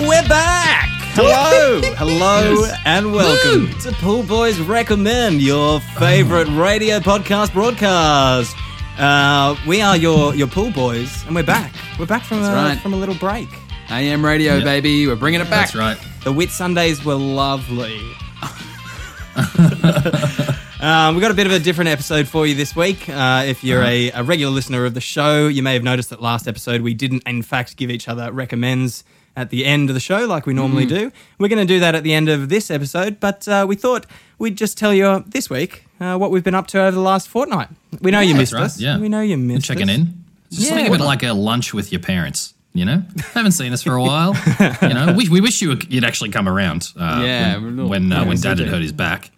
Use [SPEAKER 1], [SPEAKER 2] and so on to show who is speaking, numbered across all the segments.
[SPEAKER 1] We're back! Hello! Hello and welcome to Pool Boys Recommend, your favorite
[SPEAKER 2] Oh.
[SPEAKER 1] radio podcast broadcast. Uh, we are your, your pool boys, and we're back. We're back from, a,
[SPEAKER 2] right.
[SPEAKER 1] from a little break.
[SPEAKER 2] AM radio, baby. We're bringing it back.
[SPEAKER 3] That's right.
[SPEAKER 1] The Whit Sundays were lovely. um, we got a bit of a different episode for you this week. Uh, if you're a, a regular listener of the show, you may have noticed that last episode we didn't, in fact, give each other recommends at the end of the show like we normally
[SPEAKER 3] Mm.
[SPEAKER 1] do. We're going to do that at the end of this episode, but uh, we thought we'd just tell you this week uh, what we've been up to over the last fortnight. We know you
[SPEAKER 3] that's
[SPEAKER 1] missed
[SPEAKER 3] right,
[SPEAKER 1] us.
[SPEAKER 3] yeah.
[SPEAKER 1] We know you missed
[SPEAKER 3] Checking
[SPEAKER 1] us.
[SPEAKER 3] in. It's just
[SPEAKER 1] Yeah.
[SPEAKER 3] something a bit like a lunch with your parents. You know, haven't seen us for a while. you know, we, we wish you would, you'd actually come around. Uh,
[SPEAKER 2] Yeah, we're a
[SPEAKER 3] when
[SPEAKER 2] little-
[SPEAKER 3] when,
[SPEAKER 2] yeah,
[SPEAKER 3] uh, when Dad
[SPEAKER 2] exactly.
[SPEAKER 3] had hurt his back.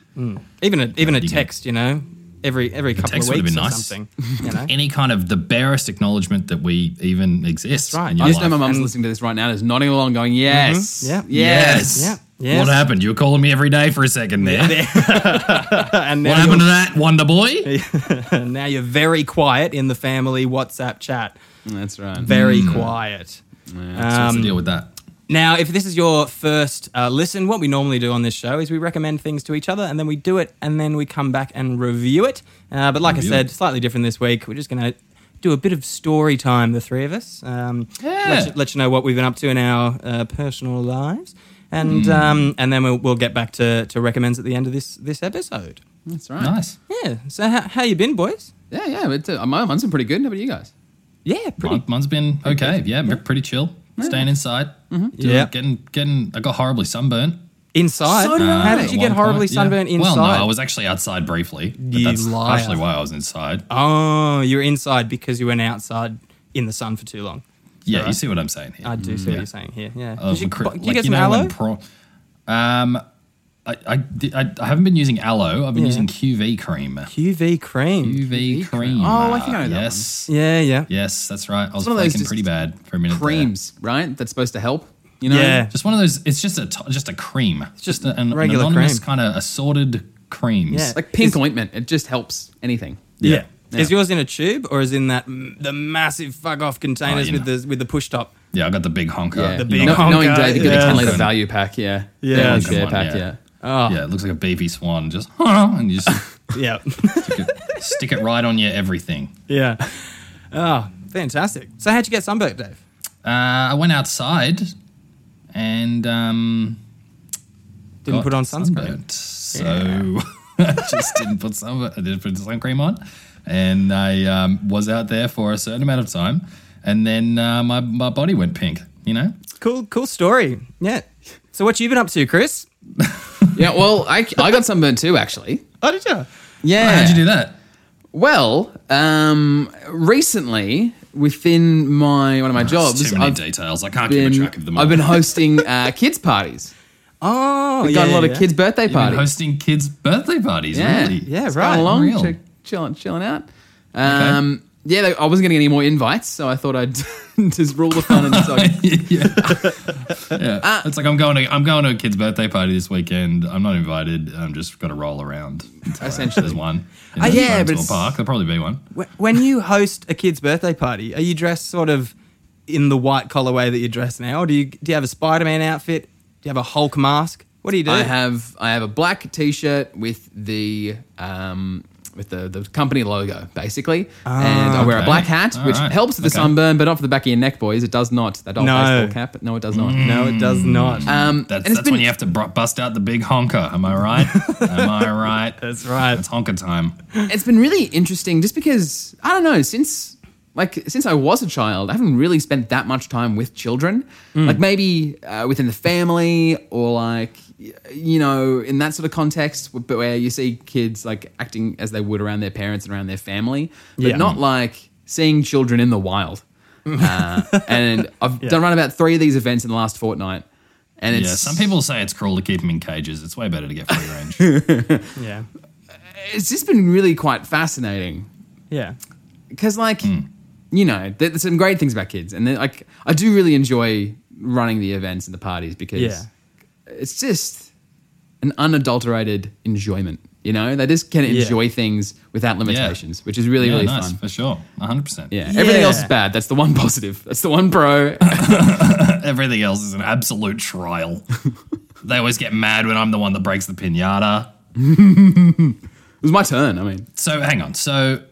[SPEAKER 1] Even a, even a
[SPEAKER 3] you go.
[SPEAKER 1] text, you know, every every couple
[SPEAKER 3] text
[SPEAKER 1] of
[SPEAKER 3] would've
[SPEAKER 1] weeks
[SPEAKER 3] been
[SPEAKER 1] or
[SPEAKER 3] nice.
[SPEAKER 1] something. You know?
[SPEAKER 3] Any kind of the barest acknowledgement that we even exist.
[SPEAKER 1] right.
[SPEAKER 3] in your
[SPEAKER 2] I just know
[SPEAKER 3] life.
[SPEAKER 2] my mum's
[SPEAKER 1] And-
[SPEAKER 2] listening to this right now. and Is nodding along, going, "Yes,
[SPEAKER 1] Yeah.
[SPEAKER 2] yes,
[SPEAKER 3] Yes.
[SPEAKER 1] Yeah. Yes.
[SPEAKER 3] What happened? You were calling me every day for a second there.
[SPEAKER 1] And now
[SPEAKER 3] What
[SPEAKER 1] you're-
[SPEAKER 3] happened to that Wonder Boy?
[SPEAKER 1] And now you're very quiet in the family WhatsApp chat.
[SPEAKER 2] That's right."
[SPEAKER 1] Very
[SPEAKER 3] Hmm.
[SPEAKER 1] quiet.
[SPEAKER 3] So
[SPEAKER 1] Um,
[SPEAKER 3] what's the deal with that?
[SPEAKER 1] Now, if this is your first uh, listen, what we normally do on this show is we recommend things to each other and then we do it and then we come back and review it. Uh, but like
[SPEAKER 3] Review
[SPEAKER 1] I said,
[SPEAKER 3] it.
[SPEAKER 1] slightly different this week. We're just going to do a bit of story time, the three of us. Um, let, you, let you know what we've been up to in our uh, personal lives. And,
[SPEAKER 3] Hmm.
[SPEAKER 1] um, and then we'll, we'll get back to, to recommends at the end of this, this episode.
[SPEAKER 2] That's right.
[SPEAKER 3] Nice.
[SPEAKER 1] Yeah. So, how, how you been, boys?
[SPEAKER 2] Yeah, yeah. But uh, my mum's been pretty good. How about you guys?
[SPEAKER 1] Yeah, pretty
[SPEAKER 3] Mine, mine's been okay. Yeah, pretty chill. Staying inside.
[SPEAKER 2] Mm-hmm.
[SPEAKER 3] Doing-
[SPEAKER 1] Yeah.
[SPEAKER 3] Getting getting. I got horribly sunburnt.
[SPEAKER 1] Inside?
[SPEAKER 2] So did I.
[SPEAKER 1] How did you
[SPEAKER 3] At
[SPEAKER 1] get
[SPEAKER 3] one
[SPEAKER 1] horribly
[SPEAKER 3] point, yeah.
[SPEAKER 1] sunburned inside?
[SPEAKER 3] Well, no, I was actually outside briefly. But
[SPEAKER 1] You
[SPEAKER 3] that's
[SPEAKER 1] liar.
[SPEAKER 3] partially why I was inside.
[SPEAKER 1] Oh, you were inside because you went outside in the sun for too long.
[SPEAKER 3] yeah,
[SPEAKER 1] right.
[SPEAKER 3] you see what I'm saying here.
[SPEAKER 1] I do see what you're saying here. Yeah.
[SPEAKER 3] Uh,
[SPEAKER 1] Did you,
[SPEAKER 3] cri-
[SPEAKER 1] bu- did you
[SPEAKER 3] like,
[SPEAKER 1] get some
[SPEAKER 3] know when
[SPEAKER 1] aloe?
[SPEAKER 3] pro- um, I, I, di- I, I haven't been using aloe. I've been
[SPEAKER 1] Yeah.
[SPEAKER 3] using QV cream.
[SPEAKER 1] UV cream.
[SPEAKER 3] QV cream.
[SPEAKER 2] Oh, I think I know that one.
[SPEAKER 3] Yes.
[SPEAKER 1] Yeah, yeah.
[SPEAKER 3] Yes, that's right. I was
[SPEAKER 2] one of those
[SPEAKER 3] flaking
[SPEAKER 2] just
[SPEAKER 3] pretty bad for a minute. there.
[SPEAKER 2] Creams, right? That's supposed to help. You know.
[SPEAKER 1] Yeah.
[SPEAKER 3] Just one of those. It's just a t- just a cream. It's just a, an,
[SPEAKER 1] regular
[SPEAKER 3] an anonymous
[SPEAKER 1] cream.
[SPEAKER 3] kind of assorted creams.
[SPEAKER 1] Yeah.
[SPEAKER 2] Like pink ointment. It just helps anything.
[SPEAKER 1] Yeah.
[SPEAKER 2] Yeah.
[SPEAKER 1] Is yours in a tube or is in that m- the massive fuck off containers
[SPEAKER 3] Oh, you
[SPEAKER 1] with the with the push top?
[SPEAKER 3] Yeah, I got the big honker.
[SPEAKER 2] Yeah.
[SPEAKER 3] you
[SPEAKER 1] big
[SPEAKER 3] know.
[SPEAKER 2] No, knowing
[SPEAKER 1] honker,
[SPEAKER 2] Dave, you get the ten
[SPEAKER 3] yeah.
[SPEAKER 2] liter value pack. Yeah.
[SPEAKER 1] Yeah,
[SPEAKER 2] Yeah.
[SPEAKER 1] that's
[SPEAKER 3] the
[SPEAKER 2] share
[SPEAKER 3] one,
[SPEAKER 2] pack.
[SPEAKER 3] yeah.
[SPEAKER 2] Yeah.
[SPEAKER 1] Oh,
[SPEAKER 3] Yeah, it looks like a beefy swan. Just and you just
[SPEAKER 1] Yeah,
[SPEAKER 3] stick it, stick it right on your everything.
[SPEAKER 1] yeah. Oh, fantastic. So how'd you get sunburned, Dave?
[SPEAKER 3] Uh, I went outside and um,
[SPEAKER 1] Didn't
[SPEAKER 3] got
[SPEAKER 1] put on sunscreen.
[SPEAKER 3] sunburnt. So I just didn't put sun. I didn't put sun cream on, and I um, was out there for a certain amount of time, and then uh, my my body went pink. You know,
[SPEAKER 1] Cool, cool story. Yeah. So what you been up to, Chris?
[SPEAKER 2] Yeah. Well, I I got sunburned too, actually.
[SPEAKER 1] Oh, did you?
[SPEAKER 2] Yeah.
[SPEAKER 3] how'd you do that?
[SPEAKER 2] Well, um, recently within my one of my
[SPEAKER 3] It's
[SPEAKER 2] jobs,
[SPEAKER 3] too many
[SPEAKER 2] I've
[SPEAKER 3] details. I can't keep a
[SPEAKER 2] been
[SPEAKER 3] track of them. all.
[SPEAKER 2] I've been hosting uh, kids parties.
[SPEAKER 1] Oh,
[SPEAKER 2] We've
[SPEAKER 1] yeah,
[SPEAKER 2] got a lot
[SPEAKER 1] yeah.
[SPEAKER 2] of kids' birthday
[SPEAKER 3] You've been
[SPEAKER 2] parties.
[SPEAKER 3] hosting kids' birthday parties.
[SPEAKER 2] Yeah.
[SPEAKER 3] Really?
[SPEAKER 1] Yeah,
[SPEAKER 2] Just
[SPEAKER 1] right.
[SPEAKER 2] Going along,
[SPEAKER 3] Real.
[SPEAKER 2] chill- chilling, chilling out. Um, Yeah, they, I wasn't getting any more invites, so I thought I'd just rule the fun and so I
[SPEAKER 3] yeah. yeah. it's like I'm going to I'm going to a kid's birthday party this weekend. I'm not invited. I'm just going to roll around. until
[SPEAKER 2] Essentially.
[SPEAKER 3] there's one. In
[SPEAKER 2] Uh,
[SPEAKER 3] the
[SPEAKER 2] yeah,
[SPEAKER 3] Burnsville
[SPEAKER 2] but it's-
[SPEAKER 3] park. There'll probably be one.
[SPEAKER 1] Wh- When you host a kid's birthday party, are you dressed sort of in the white collar way that you dress now? Or do you do you have a Spider Man outfit? Do you have a Hulk mask? What do you do?
[SPEAKER 2] I have I have a black T-shirt with the um, with the, the company logo basically, and I wear
[SPEAKER 3] Ah,
[SPEAKER 2] a
[SPEAKER 3] okay.
[SPEAKER 2] black hat,
[SPEAKER 3] All
[SPEAKER 2] which
[SPEAKER 3] right.
[SPEAKER 2] helps with the
[SPEAKER 3] Okay.
[SPEAKER 2] sunburn, but not for the back of your neck, boys. It does not that old
[SPEAKER 1] No.
[SPEAKER 2] baseball cap. No, it does not.
[SPEAKER 3] Mm.
[SPEAKER 1] no, it does not.
[SPEAKER 2] Um,
[SPEAKER 3] That's,
[SPEAKER 2] and it's
[SPEAKER 3] that's when
[SPEAKER 2] been-
[SPEAKER 3] you have to br- bust out the big honker. Am I right? Am I right?
[SPEAKER 1] That's right.
[SPEAKER 3] It's honker time.
[SPEAKER 2] it's been really interesting just because I don't know since like since I was a child, I haven't really spent that much time with children.
[SPEAKER 3] Mm.
[SPEAKER 2] Like maybe uh, within the family or like y- you know in that sort of context, w- but where you see kids like acting as they would around their parents and around their family, but
[SPEAKER 1] Yeah.
[SPEAKER 2] not like seeing children in the wild.
[SPEAKER 3] Mm.
[SPEAKER 2] uh, and I've done around about three of these events in the last fortnight, and it's
[SPEAKER 3] yeah. Some people say it's cruel to keep them in cages. It's way better to get free range.
[SPEAKER 1] yeah.
[SPEAKER 2] it's just been really quite fascinating.
[SPEAKER 1] Yeah.
[SPEAKER 3] Hmm.
[SPEAKER 2] because like you know there- there's some great things about kids and then like i do really enjoy running the events and the parties because
[SPEAKER 1] Yeah.
[SPEAKER 2] it's just an unadulterated enjoyment. You know, they just can enjoy things without limitations, which is really,
[SPEAKER 3] Yeah,
[SPEAKER 2] really
[SPEAKER 3] nice
[SPEAKER 2] fun.
[SPEAKER 3] for sure, hundred percent.
[SPEAKER 2] Yeah. everything else is
[SPEAKER 1] Yeah.
[SPEAKER 2] bad. That's the one positive. That's the one pro.
[SPEAKER 3] everything else is an absolute trial. they always get mad when I'm the one that breaks the pinata.
[SPEAKER 2] It was my turn. I mean,
[SPEAKER 3] So hang on. So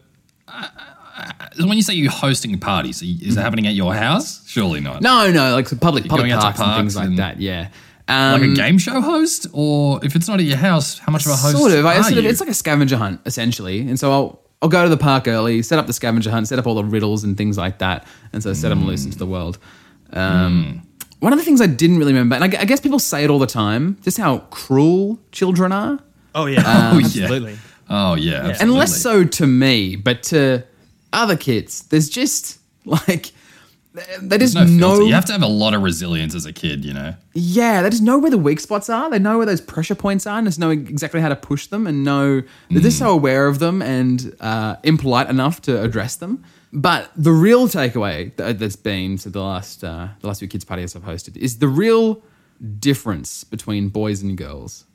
[SPEAKER 3] uh, uh, when you say you're hosting parties, are you- is it happening at your house? Surely not.
[SPEAKER 2] Mm-hmm. no, no, like so public public
[SPEAKER 3] going out to
[SPEAKER 2] parks, and things
[SPEAKER 3] parks
[SPEAKER 2] like
[SPEAKER 3] and-
[SPEAKER 2] that. Yeah, um,
[SPEAKER 3] Like a game show host, or if it's not at your house, how much of a host
[SPEAKER 2] sort of. I
[SPEAKER 3] are
[SPEAKER 2] sort of.
[SPEAKER 3] you?
[SPEAKER 2] It's like a scavenger hunt essentially, and so I'll I'll go to the park early, set up the scavenger hunt, set up all the riddles and things like that, and so set them loose into the world.
[SPEAKER 3] Hmm.
[SPEAKER 2] Um, One of the things I didn't really remember, and I, gu- I guess people say it all the time, just how cruel children are,
[SPEAKER 1] Oh yeah,
[SPEAKER 3] oh, yeah.
[SPEAKER 1] absolutely.
[SPEAKER 3] Oh yeah, absolutely.
[SPEAKER 2] and less so to me, but to other kids. There's just like. They just
[SPEAKER 3] No, filter.
[SPEAKER 2] know
[SPEAKER 3] you have to have a lot of resilience as a kid, you know.
[SPEAKER 2] Yeah, they just know where the weak spots are. They know where those pressure points are, and just know e-, exactly how to push them, and know they're just so aware of them and uh, impolite enough to address them. But the real takeaway th- that's been to the last uh, the last few kids parties I've hosted is the real difference between boys and girls.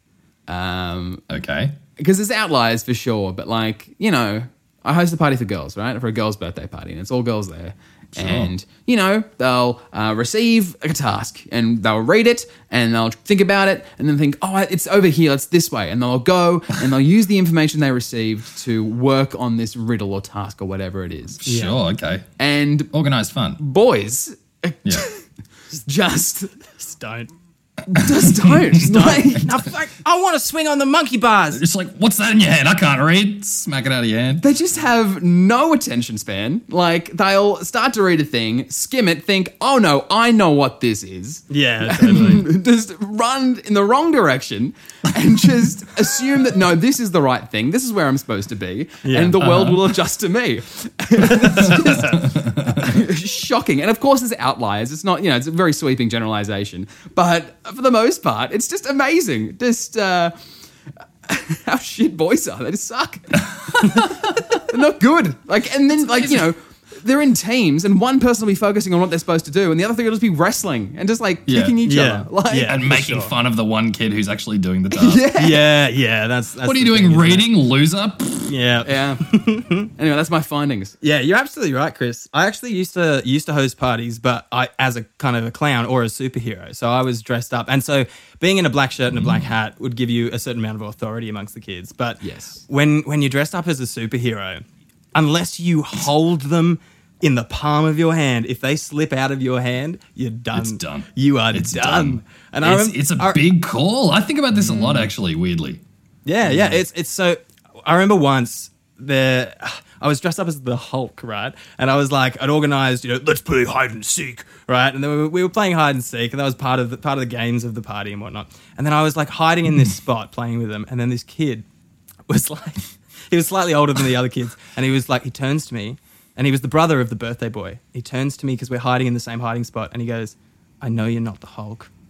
[SPEAKER 2] Um,
[SPEAKER 3] Okay.
[SPEAKER 2] because there's outliers for sure, but like, you know, I host a party for girls, right? For a girls' birthday party, and it's all girls there. And, you know, they'll uh, receive a task and they'll read it and they'll think about it and then think, oh, it's over here, it's this way. And they'll go and they'll use the information they received to work on this riddle or task or whatever it is.
[SPEAKER 3] Sure. Okay.
[SPEAKER 2] And
[SPEAKER 3] Organized fun.
[SPEAKER 2] boys
[SPEAKER 3] Yeah.
[SPEAKER 2] just,
[SPEAKER 1] Just don't.
[SPEAKER 2] just don't. Like,
[SPEAKER 1] Now, fuck, I want to swing on the monkey bars.
[SPEAKER 3] it's like, what's that in your hand? I can't read. Smack it out of your hand.
[SPEAKER 2] they just have no attention span. Like they'll start to read a thing, skim it, think, "Oh no, I know what this is."
[SPEAKER 1] Yeah, totally.
[SPEAKER 2] Just run in the wrong direction and just assume that no, this is the right thing. This is where I'm supposed to be,
[SPEAKER 1] Yeah.
[SPEAKER 2] and the world will adjust to me. It's just shocking, and of course, there's outliers. It's not you know, it's a very sweeping generalization, but for the most part, it's just amazing. Just. Uh, how shit boys are. They just suck. they're not good. Like, and then like you know, they're in teams, and one person will be focusing on what they're supposed to do, and the other three will just be wrestling and just like
[SPEAKER 3] Yeah.
[SPEAKER 2] kicking each
[SPEAKER 1] Yeah.
[SPEAKER 2] other. Like,
[SPEAKER 1] Yeah.
[SPEAKER 3] And
[SPEAKER 1] for
[SPEAKER 3] making
[SPEAKER 1] sure.
[SPEAKER 3] fun of the one kid who's actually doing the task.
[SPEAKER 1] yeah, yeah. That's, that's
[SPEAKER 3] What are you
[SPEAKER 1] the
[SPEAKER 3] doing,
[SPEAKER 1] thing, isn't it?
[SPEAKER 3] reading, loser? Pfft,
[SPEAKER 1] Yeah,
[SPEAKER 2] yeah. anyway, that's my findings.
[SPEAKER 1] Yeah, you're absolutely right, Chris. I actually used to used to host parties, but I as a kind of a clown or a superhero. So I was dressed up, and so being in a black shirt and a black
[SPEAKER 3] Mm.
[SPEAKER 1] hat would give you a certain amount of authority amongst the kids. But
[SPEAKER 2] Yes.
[SPEAKER 1] when when you're dressed up as a superhero, unless you hold them in the palm of your hand, if they slip out of your hand, you're done.
[SPEAKER 3] It's done.
[SPEAKER 1] You are
[SPEAKER 3] It's
[SPEAKER 1] done.
[SPEAKER 3] done.
[SPEAKER 1] And I
[SPEAKER 3] It's,
[SPEAKER 1] remem-
[SPEAKER 3] it's a
[SPEAKER 1] I-
[SPEAKER 3] big call. I think about this a
[SPEAKER 2] Mm.
[SPEAKER 3] lot, actually, weirdly.
[SPEAKER 1] yeah, yeah. It's it's so. I remember once the I was dressed up as the Hulk, right? And I was like, I'd organised, you know, let's play hide and seek, right? And then we were, we were playing hide and seek, and that was part of the part of the games of the party and whatnot. And then I was like hiding in this spot playing with them, and then this kid was like, he was slightly older than the other kids, and he was like, he turns to me, and he was the brother of the birthday boy. He turns to me because we're hiding in the same hiding spot, and he goes, "I know you're not the Hulk."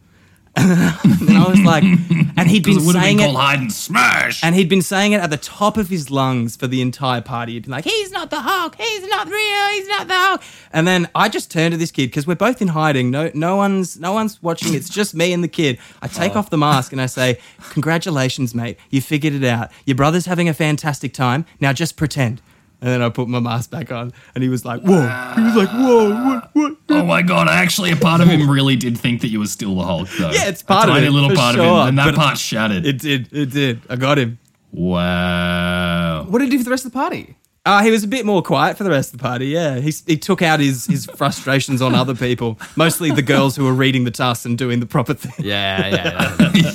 [SPEAKER 1] And I was like, and he'd been
[SPEAKER 3] Because it would have
[SPEAKER 1] saying
[SPEAKER 3] been
[SPEAKER 1] it
[SPEAKER 3] called hide and smash.
[SPEAKER 1] and he'd been saying it at the top of his lungs for the entire party. He'd been like, he's not the Hulk. He's not real. He's not the Hulk. And then I just turned to this kid because we're both in hiding. No, no one's, no one's watching. It's just me and the kid. I take off the mask and I say, congratulations, mate. You figured it out. Your brother's having a fantastic time. Now just pretend. And then I put my mask back on and he was like, whoa. He was like, whoa, what, what?
[SPEAKER 3] oh my god! Actually, a part of him really did think that you were still the Hulk, though.
[SPEAKER 1] Yeah, it's part
[SPEAKER 3] a
[SPEAKER 1] of
[SPEAKER 3] tiny
[SPEAKER 1] it,
[SPEAKER 3] little
[SPEAKER 1] for
[SPEAKER 3] part of
[SPEAKER 1] sure,
[SPEAKER 3] him, and that
[SPEAKER 1] but-
[SPEAKER 3] part shattered.
[SPEAKER 1] It did. It did. I got him.
[SPEAKER 3] wow.
[SPEAKER 2] What did you do for the rest of the party?
[SPEAKER 1] Uh, he was a bit more quiet for the rest of the party. Yeah, he, he took out his, his frustrations on other people, mostly the girls who were reading the tasks and doing the proper thing.
[SPEAKER 2] Yeah, yeah,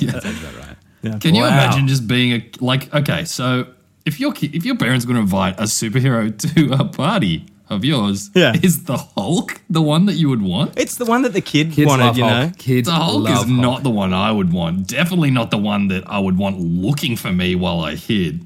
[SPEAKER 2] yeah.
[SPEAKER 3] Can you
[SPEAKER 2] Wow.
[SPEAKER 3] imagine just being a like? Okay, so if your ki- if your parents going to invite a superhero to a party of yours,
[SPEAKER 1] Yeah.
[SPEAKER 3] is the Hulk the one that you would want?
[SPEAKER 1] It's the one that the kid wanted, you know.
[SPEAKER 2] Kids
[SPEAKER 3] The Hulk
[SPEAKER 2] love
[SPEAKER 3] is not the one I would want. Definitely not the one that I would want looking for me while I hid.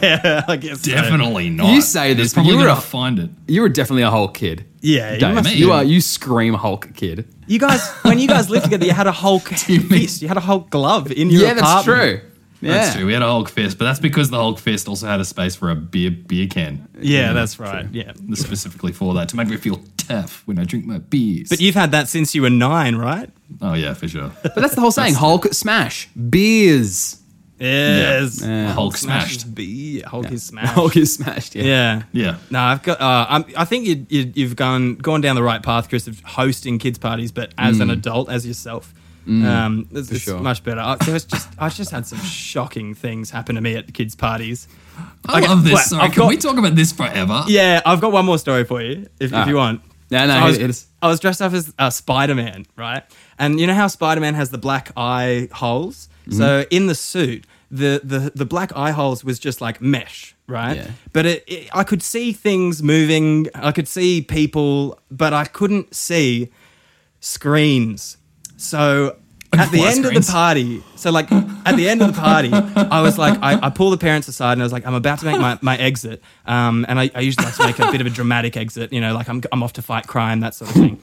[SPEAKER 1] Yeah, I guess. so.
[SPEAKER 3] Definitely not.
[SPEAKER 2] You say
[SPEAKER 3] It's
[SPEAKER 2] this, but
[SPEAKER 3] probably
[SPEAKER 2] you were
[SPEAKER 3] gonna
[SPEAKER 2] a-
[SPEAKER 3] find it.
[SPEAKER 2] You were definitely a Hulk kid.
[SPEAKER 1] Yeah, you,
[SPEAKER 2] Dave.
[SPEAKER 1] must-
[SPEAKER 3] must-
[SPEAKER 2] you are. You scream Hulk kid.
[SPEAKER 1] you guys, when you guys lived together, you had a Hulk fist, you had a Hulk glove in your
[SPEAKER 2] yeah, that's
[SPEAKER 1] apartment.
[SPEAKER 2] true. Yeah.
[SPEAKER 3] That's true. We had a Hulk fist, but that's because the Hulk fist also had a space for a beer beer can
[SPEAKER 1] Yeah, that's right. Yeah.
[SPEAKER 3] specifically for that to make me feel tough when I drink my beers.
[SPEAKER 1] But you've had that since you were nine, right?
[SPEAKER 3] oh yeah, for sure.
[SPEAKER 2] But that's the whole saying. Hulk smash beers.
[SPEAKER 1] Yes.
[SPEAKER 3] Hulk smashed.
[SPEAKER 1] B. Hulk is smashed.
[SPEAKER 2] Hulk is smashed. Yeah.
[SPEAKER 1] Yeah.
[SPEAKER 3] Yeah.
[SPEAKER 1] No, I've got. Uh, I'm, I think you, you, you've gone gone down the right path, Chris, of hosting kids parties, but as an adult, as yourself, um, it's, it's
[SPEAKER 2] sure.
[SPEAKER 1] much better. I, there's just I just had some shocking things happen to me at kids parties.
[SPEAKER 3] I
[SPEAKER 1] Okay,
[SPEAKER 3] love this.
[SPEAKER 1] wait,
[SPEAKER 3] Sorry,
[SPEAKER 1] I've
[SPEAKER 3] can
[SPEAKER 1] got-
[SPEAKER 3] we talk about this forever?
[SPEAKER 1] Yeah, I've got one more story for you if, if you want.
[SPEAKER 2] Ah. No, no,
[SPEAKER 1] I
[SPEAKER 2] hit
[SPEAKER 1] was,
[SPEAKER 2] it, hit us.
[SPEAKER 1] I was dressed up as uh, Spider Man, right? And you know how Spider Man has the black eye holes?
[SPEAKER 2] Mm-hmm.
[SPEAKER 1] So in the suit, the, the, the black eye holes was just like mesh, right?
[SPEAKER 2] Yeah.
[SPEAKER 1] But it, it, I could see things moving, I could see people, but I couldn't see screens. So at the
[SPEAKER 3] Why
[SPEAKER 1] end of
[SPEAKER 3] screens?
[SPEAKER 1] the party, so like at the end of the party, I was like, I, I pull the parents aside and I was like, I'm about to make my, my exit. Um, and I, I usually like to make a bit of a dramatic exit, you know, like I'm, I'm off to fight crime, that sort of thing.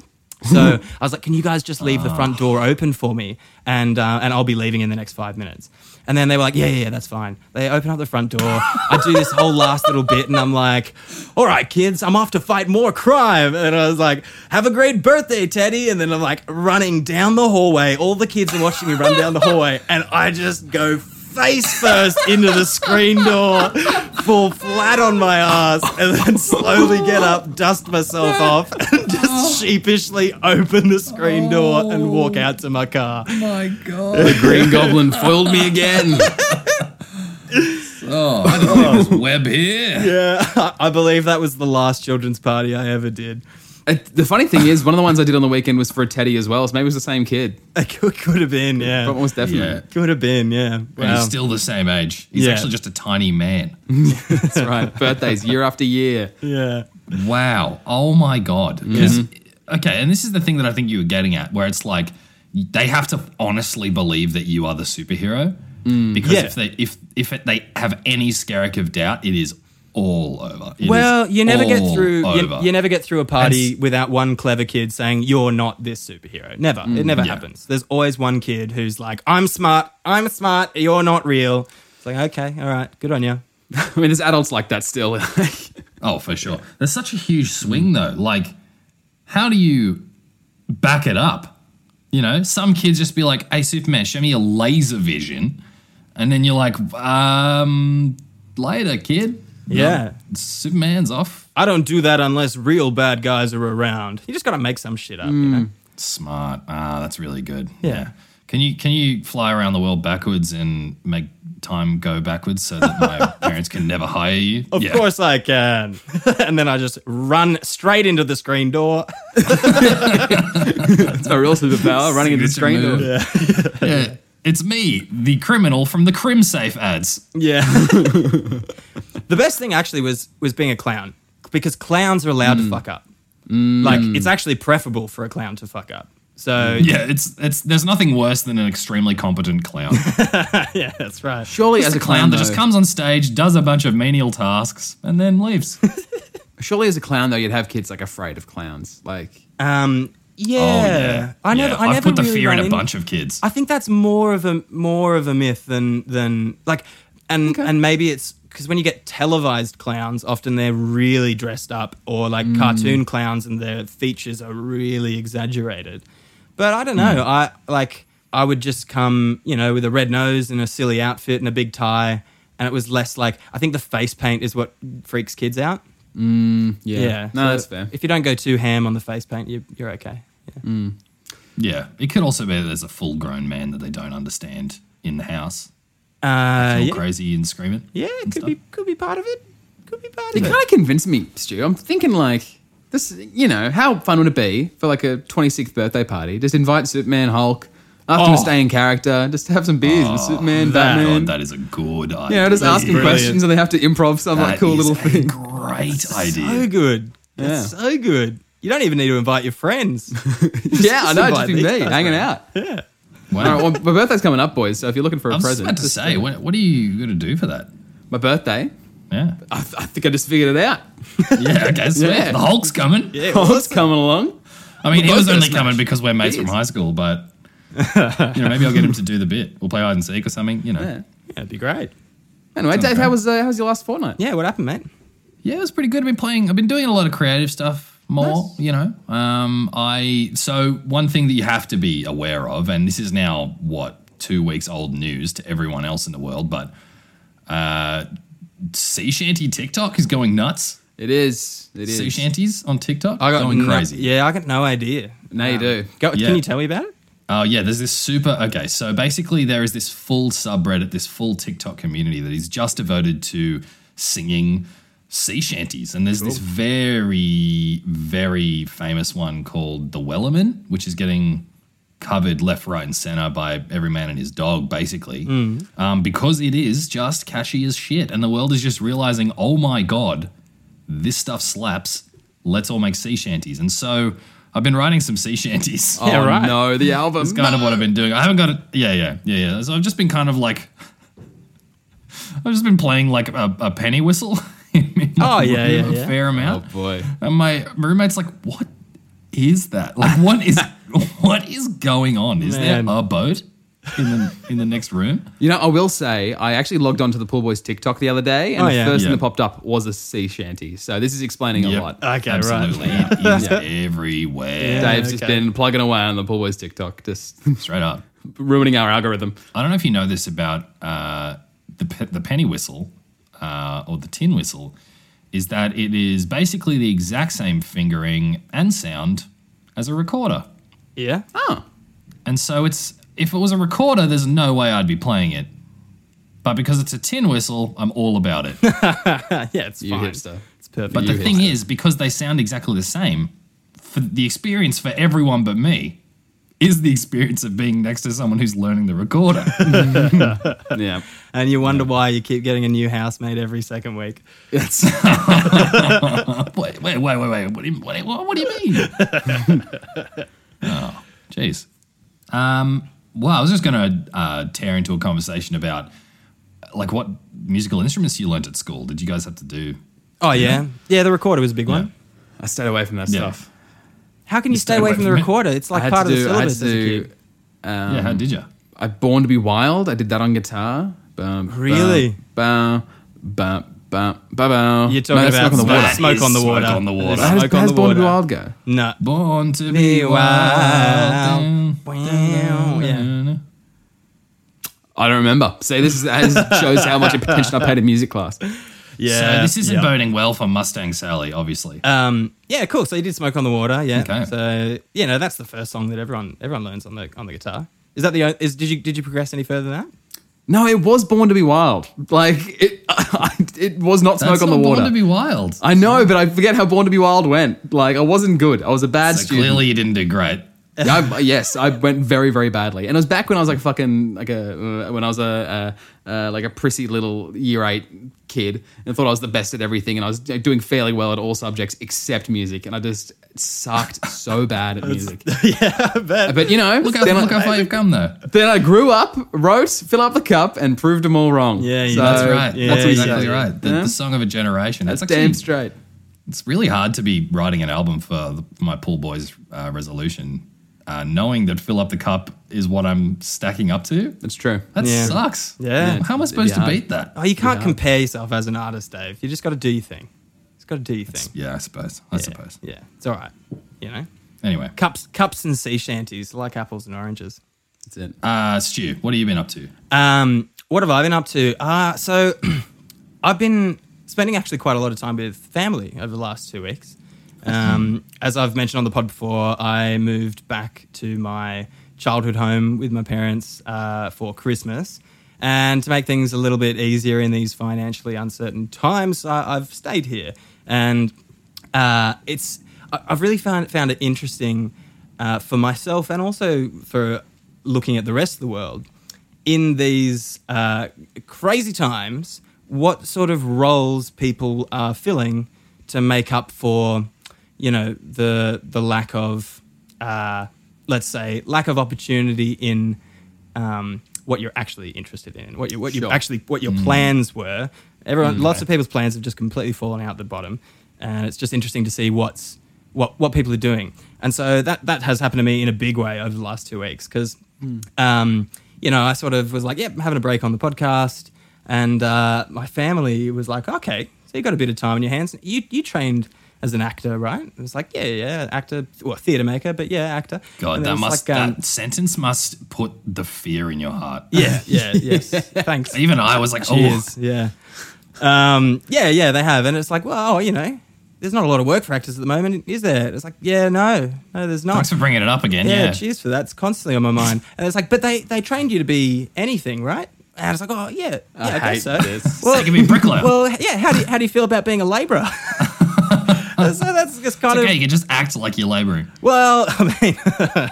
[SPEAKER 1] So I was like, can you guys just leave the front door open for me? And, uh, and I'll be leaving in the next five minutes. And then they were like, yeah, yeah, yeah, that's fine. They open up the front door. I do this whole last little bit, and I'm like, all right, kids, I'm off to fight more crime. And I was like, have a great birthday, Teddy. And then I'm like running down the hallway. All the kids are watching me run down the hallway, and I just go face first into the screen door, fall flat on my ass, and then slowly get up, dust myself off, and just sheepishly open the screen door and walk out to my car.
[SPEAKER 3] my god.
[SPEAKER 2] Green Goblin foiled me again.
[SPEAKER 3] oh, I didn't think there was web here.
[SPEAKER 1] Yeah, I believe that was the last children's party I ever did.
[SPEAKER 2] It- the funny thing is, one of the ones I did on the weekend was for a teddy as well. So maybe it was the same kid.
[SPEAKER 1] It could, could have been, yeah.
[SPEAKER 2] But almost definitely.
[SPEAKER 3] Yeah.
[SPEAKER 1] Could have been, yeah.
[SPEAKER 3] And
[SPEAKER 1] Wow.
[SPEAKER 3] he's still the same age. He's
[SPEAKER 1] Yeah.
[SPEAKER 3] actually just a tiny man.
[SPEAKER 2] That's right. Birthdays year after year.
[SPEAKER 1] yeah.
[SPEAKER 3] Wow. Oh my God.
[SPEAKER 1] Mm-hmm.
[SPEAKER 3] 'Cause- Okay. And this is the thing that I think you were getting at, where it's like they have to honestly believe that you are the superhero. Because
[SPEAKER 1] Mm. Yeah.
[SPEAKER 3] if they if if it, they have any skerrick of doubt, it is all over. It is
[SPEAKER 1] Well, you never get
[SPEAKER 3] all
[SPEAKER 1] through you,
[SPEAKER 3] over.
[SPEAKER 1] you never get through a party
[SPEAKER 3] That's-
[SPEAKER 1] without one clever kid saying you're not this superhero. Never. it never
[SPEAKER 3] Mm. yeah.
[SPEAKER 1] happens. There's always one kid who's like, "I'm smart. I'm smart. You're not real." It's like, "Okay, all right. Good on you."
[SPEAKER 2] I mean, there's adults like that still.
[SPEAKER 3] Oh, for sure. There's such a huge swing though. Like, how do you back it up? You know, some kids just be like, "Hey, Superman, show me your laser vision," and then you're like, "Um, later, kid."
[SPEAKER 1] Yeah.
[SPEAKER 3] Superman's off.
[SPEAKER 1] I don't do that unless real bad guys are around. You just got to make some shit up,
[SPEAKER 3] Mm.
[SPEAKER 1] you know.
[SPEAKER 3] Smart. Ah, that's really good.
[SPEAKER 1] Yeah.
[SPEAKER 3] Can you can you fly around the world backwards and make time go backwards so that my parents can never hire you?
[SPEAKER 1] Of
[SPEAKER 3] Yeah.
[SPEAKER 1] course I can. and then I just run straight into the screen door.
[SPEAKER 2] It's a real superpower running into the screen
[SPEAKER 3] Signature
[SPEAKER 2] door.
[SPEAKER 3] move. Yeah. It's me, the criminal from the Crim Safe ads.
[SPEAKER 1] Yeah. the best thing actually was was being a clown because clowns are allowed
[SPEAKER 3] Mm.
[SPEAKER 1] to fuck up. Like it's actually preferable for a clown to fuck up. So yeah,
[SPEAKER 3] Yeah, it's it's there's nothing worse than an extremely competent clown.
[SPEAKER 1] that's right.
[SPEAKER 2] Surely, as
[SPEAKER 3] It's
[SPEAKER 2] a
[SPEAKER 3] a clown that just
[SPEAKER 2] though-
[SPEAKER 3] comes on stage, does a bunch of menial tasks, and then leaves.
[SPEAKER 2] Surely, as a clown though, you'd have kids like afraid of clowns. Like,
[SPEAKER 1] Um, yeah.
[SPEAKER 3] Oh,
[SPEAKER 1] I never. I
[SPEAKER 3] have
[SPEAKER 1] never
[SPEAKER 3] put the
[SPEAKER 1] really
[SPEAKER 3] fear in
[SPEAKER 1] ran
[SPEAKER 3] a
[SPEAKER 1] into-
[SPEAKER 3] bunch of kids.
[SPEAKER 1] I think that's more of a more of a myth than than like and and maybe it's because when you get televised clowns, often they're really dressed up or like
[SPEAKER 2] Mm.
[SPEAKER 1] cartoon clowns, and their features are really exaggerated. But I don't know.
[SPEAKER 2] Mm.
[SPEAKER 1] I like I would just come, you know, with a red nose and a silly outfit and a big tie, and it was less like I think the face paint is what freaks kids out.
[SPEAKER 2] yeah,
[SPEAKER 1] Yeah,
[SPEAKER 2] no,
[SPEAKER 1] So
[SPEAKER 2] that's fair.
[SPEAKER 1] If you don't go too ham on the face paint, you, you're okay. Yeah.
[SPEAKER 3] yeah, it could also be that there's a full-grown man that they don't understand in the house,
[SPEAKER 1] Uh,
[SPEAKER 3] all
[SPEAKER 1] yeah,
[SPEAKER 3] crazy and screaming.
[SPEAKER 1] yeah,
[SPEAKER 3] and
[SPEAKER 1] it could
[SPEAKER 3] stuff.
[SPEAKER 1] be could be part of it. Could be part
[SPEAKER 2] You
[SPEAKER 1] of it.
[SPEAKER 2] kind of convinced me, Stu. I'm thinking like this. You know, how fun would it be for like a 26th birthday party? Just invite Superman, Hulk, ask him
[SPEAKER 1] Oh.
[SPEAKER 2] to stay in character, just have some beers with Superman,
[SPEAKER 1] that-
[SPEAKER 2] Batman.
[SPEAKER 3] God, that is a good idea.
[SPEAKER 2] you know, just asking
[SPEAKER 1] brilliant.
[SPEAKER 2] questions and they have to improv some
[SPEAKER 3] That
[SPEAKER 2] like cool
[SPEAKER 3] is
[SPEAKER 2] little
[SPEAKER 3] a
[SPEAKER 2] thing.
[SPEAKER 3] Great
[SPEAKER 1] So
[SPEAKER 3] idea.
[SPEAKER 1] good. That's
[SPEAKER 2] Yeah.
[SPEAKER 1] so good. You don't even need to invite your friends.
[SPEAKER 2] yeah, I know. Just
[SPEAKER 1] invite
[SPEAKER 2] be
[SPEAKER 1] these
[SPEAKER 2] me
[SPEAKER 1] guys
[SPEAKER 2] hanging out. All
[SPEAKER 3] Wow.
[SPEAKER 2] right, well, my birthday's coming up, boys. So if you're looking for a
[SPEAKER 3] I was just
[SPEAKER 2] present,
[SPEAKER 3] about to
[SPEAKER 2] just-
[SPEAKER 3] say, what, what are you going to do for that?
[SPEAKER 2] my birthday.
[SPEAKER 3] Yeah.
[SPEAKER 2] I, I think I just figured it out.
[SPEAKER 3] Yeah, okay, sweet.
[SPEAKER 2] Yeah.
[SPEAKER 3] The Hulk's coming.
[SPEAKER 1] Yeah, well,
[SPEAKER 2] Hulk's coming along.
[SPEAKER 3] I mean, he
[SPEAKER 2] We're
[SPEAKER 3] was
[SPEAKER 2] both gonna
[SPEAKER 3] only
[SPEAKER 2] smash.
[SPEAKER 3] coming because we're mates from
[SPEAKER 2] Jeez.
[SPEAKER 3] high school, but you know, maybe I'll get him to do the bit. We'll play hide and seek or something. You know,
[SPEAKER 2] Yeah.
[SPEAKER 1] That'd be great.
[SPEAKER 2] Anyway, Dave, how was uh, how was your last fortnight?
[SPEAKER 1] Yeah, what happened, mate?
[SPEAKER 3] Yeah, it was pretty good. I've been playing. I've been doing a lot of creative stuff more.
[SPEAKER 2] Nice.
[SPEAKER 3] You know, um, I so one thing that you have to be aware of, and this is now what two weeks old news to everyone else in the world, but uh, sea shanty TikTok is going nuts.
[SPEAKER 2] It is. It
[SPEAKER 3] Sea
[SPEAKER 2] is.
[SPEAKER 3] shanties on TikTok going
[SPEAKER 1] no-
[SPEAKER 3] crazy.
[SPEAKER 1] Yeah, I got no idea. Um,
[SPEAKER 2] Now you do.
[SPEAKER 1] Go,
[SPEAKER 3] Yeah.
[SPEAKER 1] Can you tell me about it?
[SPEAKER 3] Oh, yeah. There's this super. Okay. So basically, there is this full subreddit, this full TikTok community that is just devoted to singing sea shanties. And there's this very, very famous one called The Wellerman, which is getting covered left, right, and center by every man and his dog, basically, um, because it is just catchy as shit. And the world is just realizing, oh my God, this stuff slaps. Let's all make sea shanties. And so. I've been writing some sea shanties.
[SPEAKER 2] Oh
[SPEAKER 1] Yeah, right.
[SPEAKER 2] no, the album.
[SPEAKER 3] That's kind of what I've been doing. I haven't got it. Yeah, yeah, yeah, yeah. So I've just been kind of like, I've just been playing like a, a penny whistle. in my
[SPEAKER 1] Oh, yeah,
[SPEAKER 3] room
[SPEAKER 1] yeah,
[SPEAKER 3] a
[SPEAKER 1] yeah.
[SPEAKER 3] fair
[SPEAKER 2] oh
[SPEAKER 3] amount.
[SPEAKER 2] boy.
[SPEAKER 3] And my roommate's like, "What is that? Like, what is what is going on? Is
[SPEAKER 1] Man.
[SPEAKER 3] there a boat in the in the next room?"
[SPEAKER 2] You know, I will say, I actually logged onto the Pool Boys TikTok the other day, and
[SPEAKER 1] Oh,
[SPEAKER 2] the
[SPEAKER 1] yeah.
[SPEAKER 2] first thing
[SPEAKER 3] Yeah.
[SPEAKER 2] that popped up was a sea shanty. So this is explaining
[SPEAKER 3] Yep.
[SPEAKER 2] a lot.
[SPEAKER 1] Okay, right.
[SPEAKER 3] Absolutely, it is everywhere.
[SPEAKER 1] Yeah,
[SPEAKER 2] Dave's just
[SPEAKER 1] okay.
[SPEAKER 2] been plugging away on the Pool Boys TikTok, just
[SPEAKER 3] Straight up.
[SPEAKER 2] ruining our algorithm.
[SPEAKER 3] I don't know if you know this about uh, the pe- the penny whistle uh, or the tin whistle, is that it is basically the exact same fingering and sound as a recorder,
[SPEAKER 1] Yeah.
[SPEAKER 2] Oh,
[SPEAKER 3] and so it's if it was a recorder, there's no way I'd be playing it, but because it's a tin whistle, I'm all about it.
[SPEAKER 1] Ah, yeah, it's
[SPEAKER 2] you
[SPEAKER 1] fine.
[SPEAKER 2] hipster.
[SPEAKER 1] It's perfect.
[SPEAKER 3] But the
[SPEAKER 2] You
[SPEAKER 3] thing is, because they sound exactly the same, for the experience for everyone but me. Is the experience of being next to someone who's learning the recorder?
[SPEAKER 2] Yeah.
[SPEAKER 1] and you wonder why you keep getting a new housemate every second week.
[SPEAKER 2] It's,
[SPEAKER 3] wait, wait, wait, wait, wait. What do you, what, do you- what do you mean? oh, jeez. Um, well, I was just going to uh, tear into a conversation about like what musical instruments you learnt at school. Did you guys have to do?
[SPEAKER 1] Oh yeah, yeah. The recorder was a big one.
[SPEAKER 2] I stayed away from that
[SPEAKER 3] Yeah.
[SPEAKER 2] stuff.
[SPEAKER 1] How can you stay
[SPEAKER 3] stay
[SPEAKER 1] away
[SPEAKER 3] away
[SPEAKER 1] from the
[SPEAKER 3] from it.
[SPEAKER 1] recorder? It's
[SPEAKER 2] I
[SPEAKER 1] like
[SPEAKER 2] had
[SPEAKER 1] part
[SPEAKER 2] to
[SPEAKER 1] of the
[SPEAKER 2] do. I had
[SPEAKER 1] syllabus
[SPEAKER 2] to
[SPEAKER 1] as a
[SPEAKER 2] do. um,
[SPEAKER 1] kid.
[SPEAKER 3] yeah, how did you?
[SPEAKER 2] I Born to Be Wild. I did that on guitar. Bum, bum,
[SPEAKER 1] Really?
[SPEAKER 2] Bum, bum, bum, bum, bum.
[SPEAKER 1] You're talking
[SPEAKER 2] no, that's Smoke on
[SPEAKER 1] about
[SPEAKER 2] the
[SPEAKER 1] smoke,
[SPEAKER 2] water.
[SPEAKER 1] smoke
[SPEAKER 3] That
[SPEAKER 1] on
[SPEAKER 3] is
[SPEAKER 1] the
[SPEAKER 3] Smoke
[SPEAKER 1] water.
[SPEAKER 3] on the Water.
[SPEAKER 1] That
[SPEAKER 2] How does,
[SPEAKER 1] is Smoke on
[SPEAKER 2] how's
[SPEAKER 1] the
[SPEAKER 2] Born to Be
[SPEAKER 1] Water.
[SPEAKER 2] Wild go?
[SPEAKER 1] No.
[SPEAKER 3] Born to be wild.
[SPEAKER 1] Wow. Yeah.
[SPEAKER 2] I don't remember. See, this, is, this shows how much attention I paid in music class.
[SPEAKER 1] Yeah.
[SPEAKER 3] so this isn't
[SPEAKER 1] yeah.
[SPEAKER 3] boding well for Mustang Sally, obviously.
[SPEAKER 1] Um, yeah, cool. So you did "Smoke on the Water," yeah.
[SPEAKER 3] Okay.
[SPEAKER 1] So you know that's the first song that everyone everyone learns on the on the guitar. Is that the o- is did you did you progress any further than that?
[SPEAKER 2] No, it was Born to Be Wild. Like it, it was not Smoke
[SPEAKER 3] That's
[SPEAKER 2] on the
[SPEAKER 3] not
[SPEAKER 2] Water.
[SPEAKER 3] Born to be wild.
[SPEAKER 2] I know, but I forget how Born to Be Wild went. Like I wasn't good. I was a bad
[SPEAKER 3] So
[SPEAKER 2] student.
[SPEAKER 3] clearly, you didn't do great.
[SPEAKER 2] I, yes, I went very, very badly, and it was back when I was like fucking like a uh, when I was a, a uh, like a prissy little year eight kid, and thought I was the best at everything, and I was like, doing fairly well at all subjects except music, and I just sucked so bad at music.
[SPEAKER 1] yeah, I bet.
[SPEAKER 2] But you know,
[SPEAKER 3] Look how,
[SPEAKER 2] then,
[SPEAKER 3] look how
[SPEAKER 2] I,
[SPEAKER 3] far you've come, though.
[SPEAKER 2] then I grew up, wrote, fill up the cup, and proved them all wrong.
[SPEAKER 1] Yeah, you-
[SPEAKER 3] That's
[SPEAKER 1] Uh,
[SPEAKER 3] right.
[SPEAKER 1] yeah,
[SPEAKER 3] That's
[SPEAKER 1] yeah,
[SPEAKER 3] exactly
[SPEAKER 1] yeah.
[SPEAKER 3] right. The, the song of a generation. That's,
[SPEAKER 2] That's
[SPEAKER 3] actually,
[SPEAKER 2] damn straight.
[SPEAKER 3] It's really hard to be writing an album for the, my pool boys uh, resolution, uh, knowing that fill up the cup is what I'm stacking up to.
[SPEAKER 2] That's true.
[SPEAKER 3] That
[SPEAKER 1] Yeah.
[SPEAKER 3] sucks.
[SPEAKER 1] Yeah.
[SPEAKER 3] How am I supposed to
[SPEAKER 2] Yeah.
[SPEAKER 3] beat that?
[SPEAKER 1] Oh, you can't
[SPEAKER 2] Yeah.
[SPEAKER 1] compare yourself as an artist, Dave. You just got to do your thing. It's got to do your thing.
[SPEAKER 3] Yeah, I suppose. I
[SPEAKER 1] yeah.
[SPEAKER 3] suppose.
[SPEAKER 1] Yeah, it's all right. You know,
[SPEAKER 3] Anyway,
[SPEAKER 1] cups cups and sea shanties like apples and oranges.
[SPEAKER 2] That's it.
[SPEAKER 3] uh, Stu, what have you been up to?
[SPEAKER 1] Um, what have I been up to? Uh, so I've been spending actually quite a lot of time with family over the last two weeks. Um, as I've mentioned on the pod before, I moved back to my childhood home with my parents uh, for Christmas. And to make things a little bit easier in these financially uncertain times, I, I've stayed here. And uh, it's I- I've really found found it interesting uh, for myself and also for looking at the rest of the world in these uh, crazy times. What sort of roles people are filling to make up for, you know, the the lack of, uh, let's say, lack of opportunity in um, what you're actually interested in, what you what you
[SPEAKER 2] Sure.
[SPEAKER 1] actually what your
[SPEAKER 3] Mm.
[SPEAKER 1] plans were. Everyone, lots of people's plans have just completely fallen out the bottom, and it's just interesting to see what's what what people are
[SPEAKER 3] Hmm.
[SPEAKER 1] doing. And so that that has happened to me in a big way over the last two weeks because, um, you know, I sort of was like, yep, I'm having a break on the podcast. And uh, my family was like, okay, so you got a bit of time on your hands. You, you trained as an actor, right? And it's like, yeah, yeah, actor, well, theatre maker, but yeah, actor.
[SPEAKER 3] God,
[SPEAKER 1] And it
[SPEAKER 3] that
[SPEAKER 1] was
[SPEAKER 3] must
[SPEAKER 1] like, um,
[SPEAKER 3] that sentence must put the fear in your heart.
[SPEAKER 1] yeah, yeah, yes. Thanks.
[SPEAKER 3] Even I was like, oh,
[SPEAKER 1] Cheers. Yeah. Um, yeah, yeah, they have. And it's like, well, you know, there's not a lot of work practice at the moment, is there? It's like, yeah, no, no, there's not.
[SPEAKER 3] thanks for bringing it up again.
[SPEAKER 1] yeah,
[SPEAKER 3] Yeah,
[SPEAKER 1] cheers for that. It's constantly on my mind. And it's like, but they, they trained you to be anything, right? And it's like, oh, yeah, yeah I,
[SPEAKER 2] hate
[SPEAKER 1] guess so.
[SPEAKER 2] this.
[SPEAKER 1] Well,
[SPEAKER 3] They can be a bricklayer.
[SPEAKER 1] Well, yeah, how do you, how do you feel about being a labourer? so that's just kind
[SPEAKER 3] okay,
[SPEAKER 1] of,
[SPEAKER 3] you can just act like you're labouring,
[SPEAKER 1] well, I mean,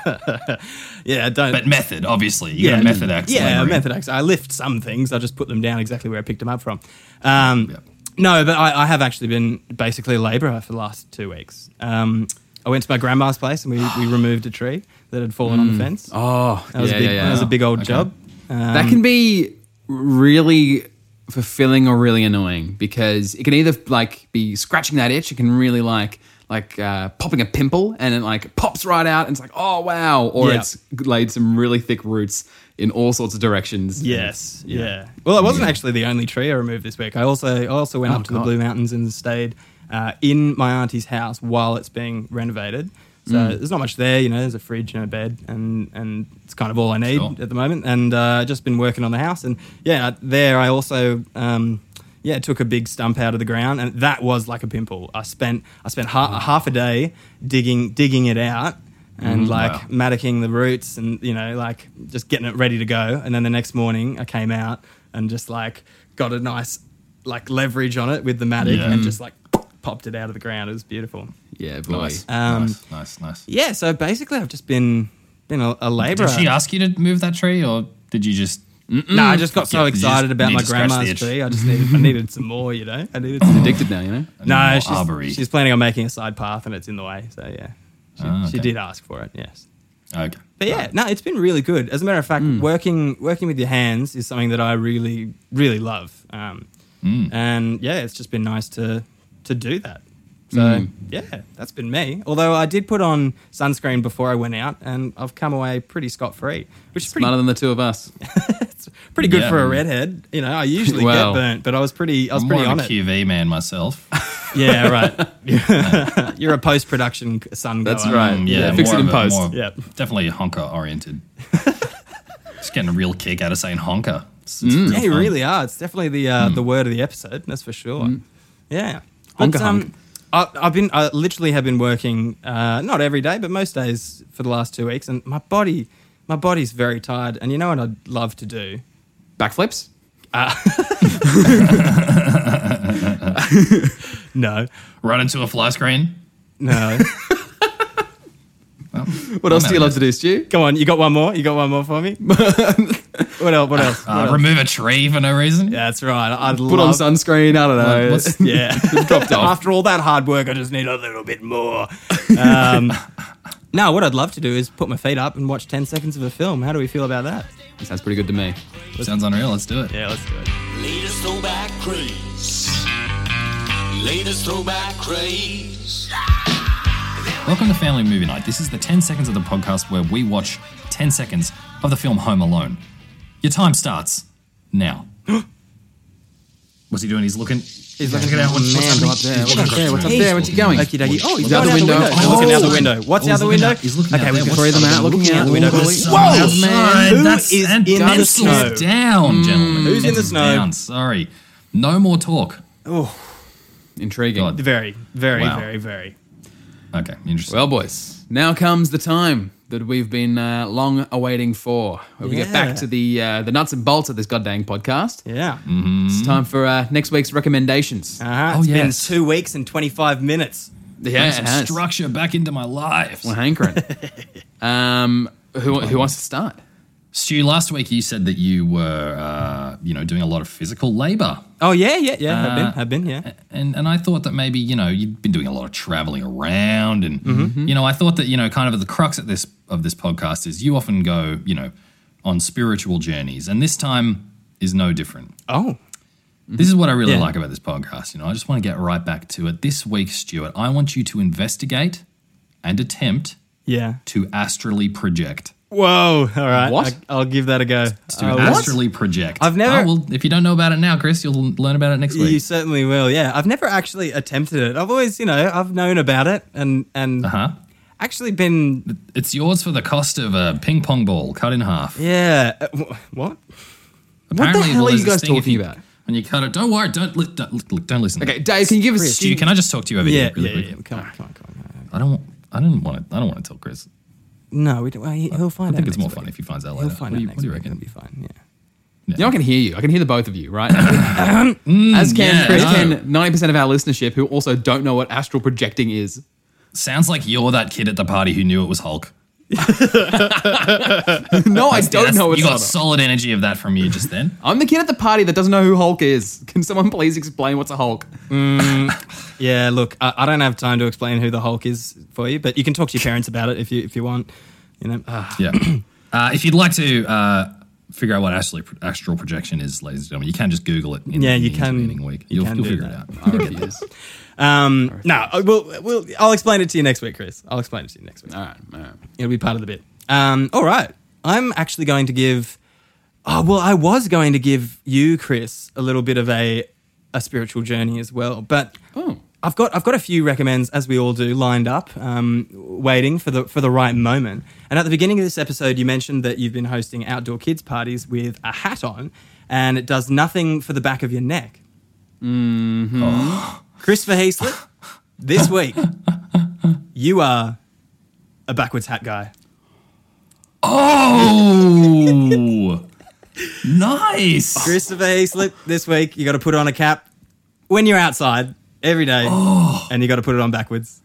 [SPEAKER 1] yeah, don't.
[SPEAKER 3] but method, obviously. You got a method act.
[SPEAKER 1] Yeah,
[SPEAKER 3] labouring.
[SPEAKER 1] method acts. I lift some things. I just put them down exactly where I picked them up from. Um,
[SPEAKER 3] Yep.
[SPEAKER 1] No, but I, I have actually been basically a labourer for the last two weeks. Um, I went to my grandma's place and we, we removed a tree that had fallen on the fence.
[SPEAKER 2] Oh,
[SPEAKER 1] that was,
[SPEAKER 2] yeah,
[SPEAKER 1] a, big,
[SPEAKER 2] yeah, yeah.
[SPEAKER 1] That was a big old
[SPEAKER 3] Okay.
[SPEAKER 1] job. Um,
[SPEAKER 2] that can be really fulfilling or really annoying because it can either like be scratching that itch it can really like like uh, popping a pimple and it like pops right out and it's like oh wow or
[SPEAKER 1] Yeah.
[SPEAKER 2] it's laid some really thick roots in all sorts of directions
[SPEAKER 1] Yes. Yeah. Well, it wasn't actually the only tree I removed this week. I also I also went
[SPEAKER 2] Oh,
[SPEAKER 1] up to
[SPEAKER 2] God.
[SPEAKER 1] the Blue Mountains and stayed uh, in my auntie's house while it's being renovated. So there's not much there, you know. There's a fridge and a bed, and and it's kind of all I need
[SPEAKER 3] Sure.
[SPEAKER 1] at the moment. And uh, just been working on the house, and yeah, uh, there I also. Um, yeah, took a big stump out of the ground, and that was like a pimple. I spent I spent ha- half a day digging digging it out, and like
[SPEAKER 3] wow.
[SPEAKER 1] mattocking the roots and you know like just getting it ready to go and then the next morning i came out and just like got a nice like leverage on it with the mattock
[SPEAKER 3] Yeah.
[SPEAKER 1] and just like popped it out of the ground it was beautiful
[SPEAKER 2] yeah boy
[SPEAKER 3] Nice,
[SPEAKER 1] Um,
[SPEAKER 3] nice, nice, nice.
[SPEAKER 1] yeah so basically i've just been been a, a laborer
[SPEAKER 3] Did she uh, ask you to move that tree, or did you just?
[SPEAKER 1] no i just got so
[SPEAKER 3] Yeah, you
[SPEAKER 1] excited
[SPEAKER 3] just
[SPEAKER 1] about
[SPEAKER 3] need
[SPEAKER 1] my
[SPEAKER 3] to scratch the
[SPEAKER 1] grandma's
[SPEAKER 3] itch. Oh,
[SPEAKER 1] tree i just needed i needed some more you know i needed some
[SPEAKER 2] addicted now you know
[SPEAKER 1] no
[SPEAKER 3] more
[SPEAKER 1] she's,
[SPEAKER 3] arbory.
[SPEAKER 1] she's planning on making a side path and it's in the way so yeah she,
[SPEAKER 3] Ah,
[SPEAKER 1] she
[SPEAKER 3] okay.
[SPEAKER 1] did ask for it yes
[SPEAKER 3] Okay.
[SPEAKER 1] But yeah, no, it's been really good. As a matter of fact,
[SPEAKER 3] Mm.
[SPEAKER 1] working working with your hands is something that I really really love. Um,
[SPEAKER 3] Mm.
[SPEAKER 1] And yeah, it's just been nice to to do that. So
[SPEAKER 3] Mm.
[SPEAKER 1] yeah, that's been me. Although I did put on sunscreen before I went out, and I've come away pretty scot free, which is pretty
[SPEAKER 2] smarter than the two of us
[SPEAKER 1] pretty good
[SPEAKER 3] Yeah.
[SPEAKER 1] for a redhead. You know, I usually
[SPEAKER 2] Well.
[SPEAKER 1] get burnt, but I was pretty I was
[SPEAKER 3] I'm
[SPEAKER 1] pretty
[SPEAKER 3] more of
[SPEAKER 1] on
[SPEAKER 3] a
[SPEAKER 1] it.
[SPEAKER 3] QV man myself.
[SPEAKER 1] Yeah, right. You're a post production sun.
[SPEAKER 2] That's
[SPEAKER 1] goer.
[SPEAKER 2] right.
[SPEAKER 3] Um,
[SPEAKER 2] Yeah,
[SPEAKER 3] yeah,
[SPEAKER 2] fix it
[SPEAKER 3] more
[SPEAKER 2] in
[SPEAKER 3] of a-
[SPEAKER 2] post.
[SPEAKER 3] more of-
[SPEAKER 1] Yeah.
[SPEAKER 3] definitely honker oriented. just getting a real kick out of saying honker. It's, it's
[SPEAKER 1] Yeah,
[SPEAKER 3] real
[SPEAKER 1] you
[SPEAKER 3] fun.
[SPEAKER 1] really are. It's definitely the uh, the word of the episode. That's for sure. Yeah. But,
[SPEAKER 2] Honka honk.
[SPEAKER 1] um, I, I've been I literally have been working uh, not every day, but most days for the last two weeks, and my body my body's very tired. And you know what I'd love to do?
[SPEAKER 2] backflips
[SPEAKER 1] No,
[SPEAKER 3] Run into a fly screen.
[SPEAKER 1] no.
[SPEAKER 2] what else
[SPEAKER 3] I'm
[SPEAKER 2] do you
[SPEAKER 3] out
[SPEAKER 2] love to do Stu
[SPEAKER 1] Come on, you got one more. You got one more for me. what else? What else? What
[SPEAKER 3] Uh,
[SPEAKER 1] else?
[SPEAKER 3] remove a tree for no reason.
[SPEAKER 1] Yeah, that's right. I'd
[SPEAKER 2] put on
[SPEAKER 1] love.
[SPEAKER 2] sunscreen I don't know
[SPEAKER 3] What's-
[SPEAKER 1] yeah,
[SPEAKER 2] dropped off.
[SPEAKER 1] After all that hard work, I just need a little bit more. Um, no, what I'd love to do is put my feet up and watch 10 seconds of a film. How do we feel about that?
[SPEAKER 2] sounds pretty good to me
[SPEAKER 3] Sounds unreal. Let's do it.
[SPEAKER 1] Yeah, let's do it.
[SPEAKER 4] Latest throwback craze. Latest throwback craze.
[SPEAKER 3] Welcome to Family Movie Night. This is the 10 seconds of the podcast where we watch 10 seconds of the film Home Alone. Your time starts now. What's he doing? He's looking. He's
[SPEAKER 1] looking-
[SPEAKER 3] looking out. What's,
[SPEAKER 1] Man,
[SPEAKER 3] what's
[SPEAKER 2] what's up
[SPEAKER 3] happening?
[SPEAKER 2] there?
[SPEAKER 3] He's
[SPEAKER 2] What's
[SPEAKER 3] looking
[SPEAKER 2] up there?
[SPEAKER 3] across
[SPEAKER 2] What's
[SPEAKER 3] the
[SPEAKER 2] up
[SPEAKER 3] room.
[SPEAKER 2] there? Where's he going?
[SPEAKER 1] Okie dokie.
[SPEAKER 2] Oh, he's
[SPEAKER 1] Look
[SPEAKER 2] out
[SPEAKER 1] out
[SPEAKER 2] the window.
[SPEAKER 1] He's looking out the
[SPEAKER 3] Oh.
[SPEAKER 1] window. What's
[SPEAKER 3] Oh,
[SPEAKER 1] out the
[SPEAKER 3] he's looking
[SPEAKER 1] window?
[SPEAKER 3] out- he's looking
[SPEAKER 1] okay,
[SPEAKER 3] out
[SPEAKER 1] we
[SPEAKER 3] there.
[SPEAKER 1] can
[SPEAKER 3] What's
[SPEAKER 1] throw them
[SPEAKER 3] happening?
[SPEAKER 1] out. Looking, out the window.
[SPEAKER 3] Whoa,
[SPEAKER 1] Whoa!
[SPEAKER 3] man.
[SPEAKER 1] Who
[SPEAKER 3] That's
[SPEAKER 1] is
[SPEAKER 3] and
[SPEAKER 1] in the
[SPEAKER 3] pencils
[SPEAKER 1] snow? Hmm.
[SPEAKER 3] down, gentlemen.
[SPEAKER 1] Who's in the
[SPEAKER 3] Pencils
[SPEAKER 1] snow?
[SPEAKER 3] Down. Sorry. No more talk.
[SPEAKER 2] intriguing
[SPEAKER 3] God.
[SPEAKER 1] Very, very,
[SPEAKER 3] Wow.
[SPEAKER 1] very, very.
[SPEAKER 3] Okay, interesting.
[SPEAKER 2] Well, boys, now comes the time that we've been uh, long awaiting for. Where we get back
[SPEAKER 1] Yeah.
[SPEAKER 2] to the uh, the nuts and bolts of this goddamn podcast.
[SPEAKER 1] Yeah.
[SPEAKER 2] It's time for uh, next week's recommendations.
[SPEAKER 1] Uh-huh.
[SPEAKER 3] Oh,
[SPEAKER 1] It's
[SPEAKER 3] yes.
[SPEAKER 1] been two weeks and 25 minutes.
[SPEAKER 2] yeah,
[SPEAKER 3] Bring some structure back into my life.
[SPEAKER 2] We're hankering. um, who who wants to start?
[SPEAKER 3] Stu, last week you said that you were, uh, you know, doing a lot of physical labor.
[SPEAKER 1] Oh, yeah, yeah, yeah. I've
[SPEAKER 3] Uh,
[SPEAKER 1] been, I've been, yeah.
[SPEAKER 3] and and I thought that maybe you know you'd been doing a lot of traveling around, and
[SPEAKER 1] Mm-hmm.
[SPEAKER 3] you know I thought that you know kind of the crux of this of this podcast is you often go you know on spiritual journeys, and this time is no different.
[SPEAKER 1] Oh,
[SPEAKER 3] This is what I really
[SPEAKER 1] Yeah.
[SPEAKER 3] like about this podcast. You know, I just want to get right back to it. This week, Stuart, I want you to investigate and attempt
[SPEAKER 1] yeah.
[SPEAKER 3] to astrally project.
[SPEAKER 1] Whoa! All right,
[SPEAKER 2] What?
[SPEAKER 1] I, will give that a go.
[SPEAKER 3] To
[SPEAKER 1] Uh,
[SPEAKER 3] astrally project.
[SPEAKER 1] I've never-
[SPEAKER 3] Oh, well, if you don't know about it now, Chris, you'll learn about it next
[SPEAKER 1] You
[SPEAKER 3] week.
[SPEAKER 1] certainly will. Yeah, I've never actually attempted it. I've always, you know, I've known about it and and
[SPEAKER 3] Uh huh.
[SPEAKER 1] actually been.
[SPEAKER 3] It's yours for the cost of a ping pong ball cut in half.
[SPEAKER 1] Yeah. uh, wh- What?
[SPEAKER 2] What the
[SPEAKER 3] Apparently,
[SPEAKER 2] hell
[SPEAKER 3] well,
[SPEAKER 2] are you
[SPEAKER 3] there's this
[SPEAKER 2] guys
[SPEAKER 3] thing if
[SPEAKER 2] talking
[SPEAKER 3] you-
[SPEAKER 2] about?
[SPEAKER 3] When you cut it, don't worry. Don't li- don't, look, don't listen.
[SPEAKER 2] Okay, Dave, can you give us
[SPEAKER 3] Stu, can I just talk to you over
[SPEAKER 1] Yeah.
[SPEAKER 3] here
[SPEAKER 1] Yeah.
[SPEAKER 3] really
[SPEAKER 1] yeah,
[SPEAKER 3] quick?
[SPEAKER 1] Come on. Come on. Come on.
[SPEAKER 3] I don't. I didn't want to. I don't want to tell Chris.
[SPEAKER 1] No, we don't, well, he- he'll
[SPEAKER 3] I
[SPEAKER 1] find out.
[SPEAKER 3] think it's more
[SPEAKER 1] next
[SPEAKER 3] fun
[SPEAKER 1] week.
[SPEAKER 3] if he finds out later.
[SPEAKER 1] He'll find
[SPEAKER 3] what,
[SPEAKER 1] out
[SPEAKER 3] do you,
[SPEAKER 1] next
[SPEAKER 3] what do you
[SPEAKER 1] week. It'll
[SPEAKER 3] reckon?
[SPEAKER 1] be fine. Yeah.
[SPEAKER 2] You know, I can hear you. I can hear the both of you, right? Mm, As can
[SPEAKER 3] yeah,
[SPEAKER 2] Chris,
[SPEAKER 3] no.
[SPEAKER 2] can ninety percent of our listenership who also don't know what astral projecting is.
[SPEAKER 3] Sounds like you're that kid at the party who knew it was Hulk.
[SPEAKER 2] No, I don't
[SPEAKER 3] That's-
[SPEAKER 2] know what's
[SPEAKER 3] You got
[SPEAKER 2] going
[SPEAKER 3] solid energy of that from you just then.
[SPEAKER 2] I'm the kid at the party that doesn't know who Hulk is. Can someone please explain what's a Hulk?
[SPEAKER 1] Yeah, look, I, I don't have time to explain who the Hulk is for you, but you can talk to your parents about it if you if you want. You know,
[SPEAKER 3] Yeah. Uh, if you'd like to uh, figure out what astral, astral projection is, ladies and gentlemen, you can just Google it. In
[SPEAKER 1] Yeah,
[SPEAKER 3] the
[SPEAKER 1] you
[SPEAKER 3] meeting
[SPEAKER 1] can-
[SPEAKER 3] meeting Week.
[SPEAKER 1] you
[SPEAKER 3] You'll,
[SPEAKER 1] can
[SPEAKER 3] you'll
[SPEAKER 1] do
[SPEAKER 3] figure
[SPEAKER 1] that.
[SPEAKER 3] it out.
[SPEAKER 2] I refuse.
[SPEAKER 1] um, no, I- we'll, we'll, I'll explain it to you next week, Chris. I'll explain it to you next week.
[SPEAKER 2] all right, all right.
[SPEAKER 1] It'll be part of the bit. Um, all right, I'm actually going to give. Oh well, I was going to give you, Chris, a little bit of a a spiritual journey as well, but
[SPEAKER 2] Oh.
[SPEAKER 1] I've got I've got a few recommends as we all do lined up, um, waiting for the for the right moment. And at the beginning of this episode, you mentioned that you've been hosting outdoor kids parties with a hat on, and it does nothing for the back of your neck. Christopher Heaslett, this week you are a backwards hat guy.
[SPEAKER 3] Oh, nice.
[SPEAKER 1] Christopher Heaslip, this week you got to put on a cap when you're outside every day, and you got to put it on backwards.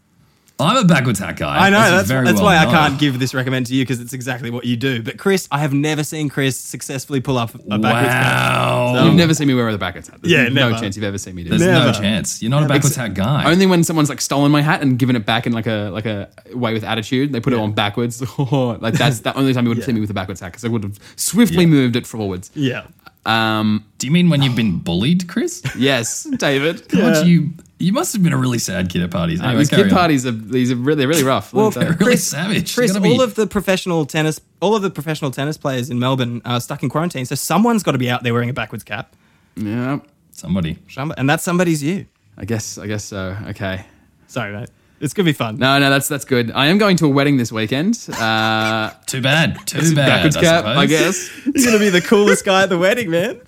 [SPEAKER 3] I'm a backwards hat guy.
[SPEAKER 1] I know
[SPEAKER 3] As you
[SPEAKER 1] that's,
[SPEAKER 3] very
[SPEAKER 1] that's
[SPEAKER 3] well
[SPEAKER 1] why
[SPEAKER 3] know.
[SPEAKER 1] I can't give this recommend to you because it's exactly what you do. But Chris, I have never seen Chris successfully pull up a backwards cap.
[SPEAKER 3] Wow.
[SPEAKER 1] So-
[SPEAKER 2] You've never seen me wear the backwards hat. There's
[SPEAKER 1] Yeah,
[SPEAKER 2] no
[SPEAKER 1] never.
[SPEAKER 2] chance you've ever seen me do
[SPEAKER 3] There's
[SPEAKER 2] that.
[SPEAKER 3] no
[SPEAKER 1] Never.
[SPEAKER 3] chance. You're not a backwards hat guy.
[SPEAKER 2] Only when someone's like stolen my hat and given it back in like a like a way with attitude, they put it on backwards. like that's the only time you would have seen me with a backwards hat because I would have swiftly moved it forwards.
[SPEAKER 1] Yeah,
[SPEAKER 2] Um,
[SPEAKER 3] Do you mean when you've been bullied, Chris?
[SPEAKER 2] yes, David.
[SPEAKER 3] Aren't You you must have been a really sad kid at parties. Anyway,
[SPEAKER 2] These
[SPEAKER 3] carry
[SPEAKER 2] kid
[SPEAKER 3] on.
[SPEAKER 2] parties are these are really they're really rough.
[SPEAKER 1] Well,
[SPEAKER 2] Let me tell you.
[SPEAKER 3] really
[SPEAKER 1] Chris-
[SPEAKER 3] savage. You
[SPEAKER 1] Chris,
[SPEAKER 3] gotta be-
[SPEAKER 1] all of the professional tennis, all of the professional tennis players in Melbourne are stuck in quarantine, so someone's got to be out there wearing a backwards cap,
[SPEAKER 2] yeah,
[SPEAKER 3] Somebody.
[SPEAKER 1] Shamba, and that somebody's you.
[SPEAKER 2] I guess I guess so. Okay.
[SPEAKER 1] Sorry, mate. It's gonna be fun.
[SPEAKER 2] No, no, that's that's good. I am going to a wedding this weekend. Uh,
[SPEAKER 3] Too bad. Too bad.
[SPEAKER 2] backwards
[SPEAKER 3] I
[SPEAKER 2] cap,
[SPEAKER 3] suppose.
[SPEAKER 2] I guess.
[SPEAKER 1] You're gonna be the coolest guy at the wedding, man.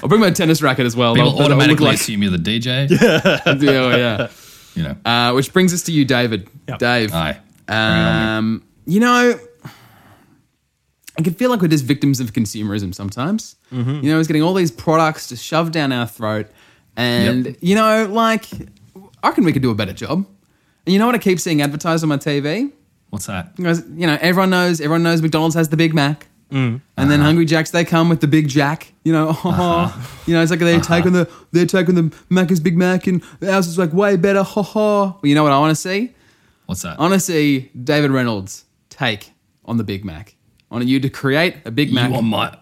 [SPEAKER 2] I'll bring my tennis racket as well.
[SPEAKER 3] People
[SPEAKER 2] They'll- they'll look
[SPEAKER 3] automatically
[SPEAKER 2] like-
[SPEAKER 3] assume you're the DJ.
[SPEAKER 2] yeah, yeah.
[SPEAKER 3] You know.
[SPEAKER 2] Uh, which brings us to you, David.
[SPEAKER 1] Yep.
[SPEAKER 2] Dave.
[SPEAKER 3] Aye.
[SPEAKER 2] Um, you know, I can feel like we're just victims of consumerism sometimes. You know, it's getting all these products just shoved down our throat. And,
[SPEAKER 3] Yep.
[SPEAKER 2] you know, like, I reckon we could do a better job. And you know what I keep seeing advertised on my TV?
[SPEAKER 3] What's that?
[SPEAKER 2] Because, you know, everyone knows, everyone knows McDonald's has the Big Mac. And then Hungry Jacks, they come with the Big Jack. You know, you know, it's like they're taking the they're taking the Macca's Big Mac, and ours is like way better. Ha ha. Well, you know what I want to see?
[SPEAKER 3] What's that?
[SPEAKER 2] honestly, David Reynolds take on the Big Mac. I want you to create a Big Mac.
[SPEAKER 3] You are my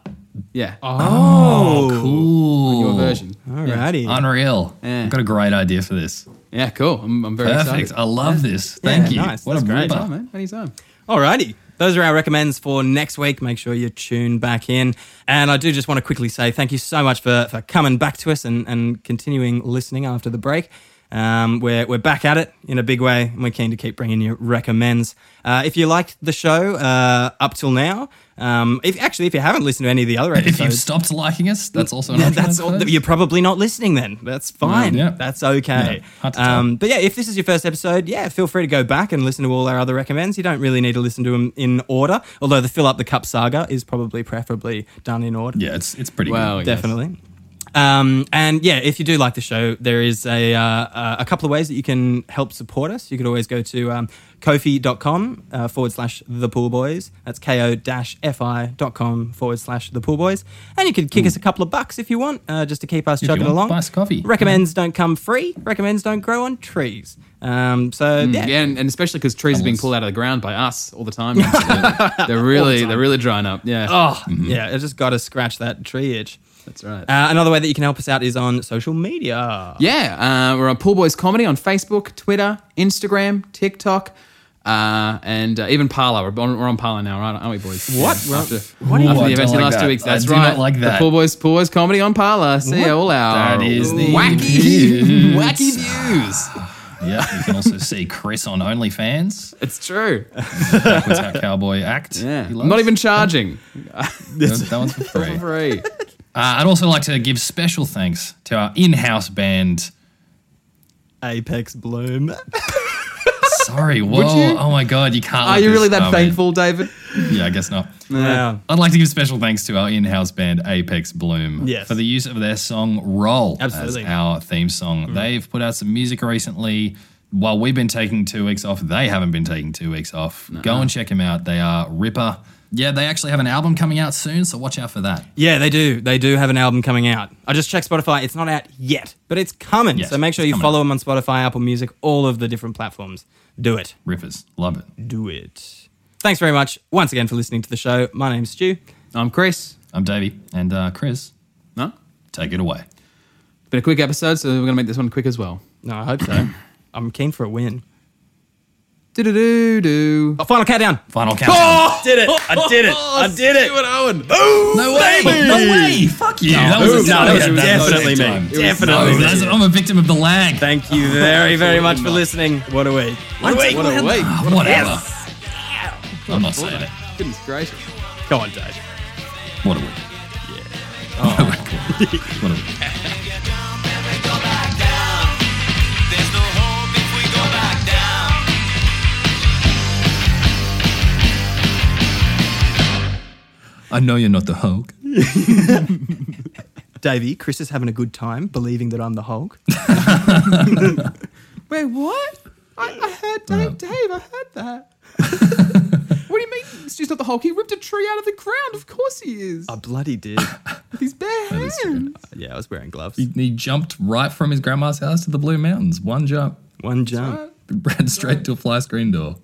[SPEAKER 2] yeah.
[SPEAKER 1] Oh,
[SPEAKER 3] cool.
[SPEAKER 2] your version.
[SPEAKER 1] alrighty.
[SPEAKER 3] Unreal.
[SPEAKER 2] Yeah.
[SPEAKER 3] I've got a great idea for this.
[SPEAKER 2] Yeah, cool. I'm, I'm very
[SPEAKER 3] Perfect.
[SPEAKER 2] excited.
[SPEAKER 3] I love this. Thank you.
[SPEAKER 1] nice.
[SPEAKER 3] What
[SPEAKER 1] That's
[SPEAKER 3] a
[SPEAKER 1] great.
[SPEAKER 3] ripper.
[SPEAKER 2] Oh, man, anytime.
[SPEAKER 1] Alrighty. Those are our recommends for next week. Make sure you tune back in. And I do just want to quickly say thank you so much for, for coming back to us and, and continuing listening after the break. Um, we're, we're back at it in a big way, and we're keen to keep bringing you recommends. Uh, if you liked the show uh, up till now, um, if actually if you haven't listened to any of the other
[SPEAKER 3] If
[SPEAKER 1] episodes,
[SPEAKER 3] you've stopped liking us, that's also an
[SPEAKER 1] yeah,
[SPEAKER 3] option, I
[SPEAKER 1] that's all,
[SPEAKER 3] suppose.
[SPEAKER 1] you're probably not listening then. That's fine.
[SPEAKER 3] Yeah.
[SPEAKER 1] That's okay.
[SPEAKER 3] Yeah, hard to tell.
[SPEAKER 1] um, but yeah, if this is your first episode, yeah, feel free to go back and listen to all our other recommends. You don't really need to listen to them in order, although the fill up the cup saga is probably preferably done in order.
[SPEAKER 3] Yeah, it's it's pretty
[SPEAKER 2] Wow.
[SPEAKER 3] good.
[SPEAKER 2] yes.
[SPEAKER 1] Definitely. Um, and yeah, if you do like the show, there is a, uh, uh, a couple of ways that you can help support us. You could always go to um, kofi.com uh, forward slash the pool boys. That's ko fi.com forward slash the pool boys. And you could kick us a couple of bucks if you want, uh, just to keep us
[SPEAKER 3] If you
[SPEAKER 1] chugging
[SPEAKER 3] want,
[SPEAKER 1] along.
[SPEAKER 3] buy us coffee.
[SPEAKER 1] Recommends don't come free, recommends don't grow on trees. Um,
[SPEAKER 3] Mm,
[SPEAKER 1] so yeah.
[SPEAKER 2] Yeah, and, and especially because trees are being
[SPEAKER 3] Almost.
[SPEAKER 2] pulled out of the ground by us all the time. they're really, they're really drying up. Yeah,
[SPEAKER 1] Oh,
[SPEAKER 3] Mm-hmm.
[SPEAKER 1] yeah, I just got to scratch that tree itch.
[SPEAKER 2] that's right.
[SPEAKER 1] Uh, another way that you can help us out is on social media.
[SPEAKER 2] Yeah, uh, we're on Pool Boys Comedy on Facebook, Twitter, Instagram, TikTok. Uh, and uh, even Parlor. We're on, we're on Parlor now, right? Aren't we, boys?
[SPEAKER 1] What?
[SPEAKER 2] Yeah,
[SPEAKER 1] Well,
[SPEAKER 2] after
[SPEAKER 1] what are you-
[SPEAKER 2] after
[SPEAKER 1] Ooh,
[SPEAKER 3] I
[SPEAKER 2] the events
[SPEAKER 3] don't
[SPEAKER 2] in the
[SPEAKER 3] like
[SPEAKER 2] last two
[SPEAKER 3] that.
[SPEAKER 2] weeks.
[SPEAKER 3] I
[SPEAKER 2] That's
[SPEAKER 3] do
[SPEAKER 2] right.
[SPEAKER 3] not like that.
[SPEAKER 2] The Poor Boys, Poor Boys comedy on Parlor. See
[SPEAKER 1] What?
[SPEAKER 2] you all out.
[SPEAKER 3] That is the
[SPEAKER 2] wacky,
[SPEAKER 3] views.
[SPEAKER 2] wacky views.
[SPEAKER 3] Yeah, you can also see Chris on OnlyFans.
[SPEAKER 2] It's true.
[SPEAKER 3] What's our cowboy act?
[SPEAKER 2] Yeah.
[SPEAKER 3] He
[SPEAKER 2] I'm
[SPEAKER 3] loves.
[SPEAKER 2] not even charging.
[SPEAKER 3] That, that one's for free. Uh,
[SPEAKER 2] Free.
[SPEAKER 3] I'd also like to give special thanks to our in-house band.
[SPEAKER 1] Apex Bloom.
[SPEAKER 3] Sorry, whoa,
[SPEAKER 2] you?
[SPEAKER 3] oh my god, you can't.
[SPEAKER 2] Are
[SPEAKER 3] let
[SPEAKER 2] you
[SPEAKER 3] this-
[SPEAKER 2] really that
[SPEAKER 3] oh, man.
[SPEAKER 2] thankful, David? Uh,
[SPEAKER 3] Yeah, I guess not.
[SPEAKER 1] Yeah.
[SPEAKER 3] I'd like to give special thanks to our in-house band Apex Bloom
[SPEAKER 1] Yes.
[SPEAKER 3] for the use of their song "Roll"
[SPEAKER 1] Absolutely. Mm.
[SPEAKER 3] as our theme song. They've put out some music recently. While we've been taking two weeks off, they haven't been taking two weeks off. Go and check them out. They are Ripper. Yeah, they actually have an album coming out soon, so watch out for that.
[SPEAKER 1] Yeah, they do. They do have an album coming out. I just checked Spotify. It's not out yet, but it's coming.
[SPEAKER 3] Yes,
[SPEAKER 1] so make sure
[SPEAKER 3] it's
[SPEAKER 1] you
[SPEAKER 3] coming
[SPEAKER 1] follow them on Spotify, Apple Music, all of the different platforms. Do it.
[SPEAKER 3] Rippers, love it.
[SPEAKER 1] Do it. Thanks very much once again for listening to the show. My name's Stu.
[SPEAKER 2] I'm Chris.
[SPEAKER 3] I'm Davey and uh, Chris.
[SPEAKER 2] No?
[SPEAKER 3] Take it away.
[SPEAKER 2] Been a quick episode, so we're going to make this one quick as well.
[SPEAKER 1] No, I hope so. I'm keen for a win.
[SPEAKER 2] Do do do do.
[SPEAKER 1] Oh, final countdown.
[SPEAKER 3] Final countdown.
[SPEAKER 1] Did it. I did it.
[SPEAKER 2] Oh,
[SPEAKER 1] I did it. Oh,
[SPEAKER 3] no way! No way! Fuck you! that was,
[SPEAKER 1] no, that was
[SPEAKER 3] yeah,
[SPEAKER 1] definitely
[SPEAKER 3] sick
[SPEAKER 1] me.
[SPEAKER 3] time.
[SPEAKER 1] It was
[SPEAKER 3] No,
[SPEAKER 1] so
[SPEAKER 3] that's-
[SPEAKER 1] sick.
[SPEAKER 3] I'm a victim of the lag.
[SPEAKER 1] Thank you very, very much for listening. What a week. What a week.
[SPEAKER 2] What a week.
[SPEAKER 3] Ah, Whatever. I'm not saying it.
[SPEAKER 2] Goodness gracious.
[SPEAKER 1] Come on, Dave.
[SPEAKER 3] What a week. What a week.
[SPEAKER 5] There's no hope if we go back down.
[SPEAKER 3] I know you're not the Hulk.
[SPEAKER 1] Davey, Chris is having a good time believing that I'm the Hulk.
[SPEAKER 2] Wait, what? I, I heard Dave. Dave, I heard that. what do you mean? It's just not the Hulk. He ripped a tree out of the ground. Of course he is.
[SPEAKER 1] I bloody did.
[SPEAKER 2] With his bare
[SPEAKER 3] is true.
[SPEAKER 2] hands.
[SPEAKER 1] yeah, I was wearing gloves.
[SPEAKER 3] He jumped right from his grandma's house to the Blue Mountains. One jump.
[SPEAKER 1] One jump.
[SPEAKER 3] Ran straight to a fly screen door.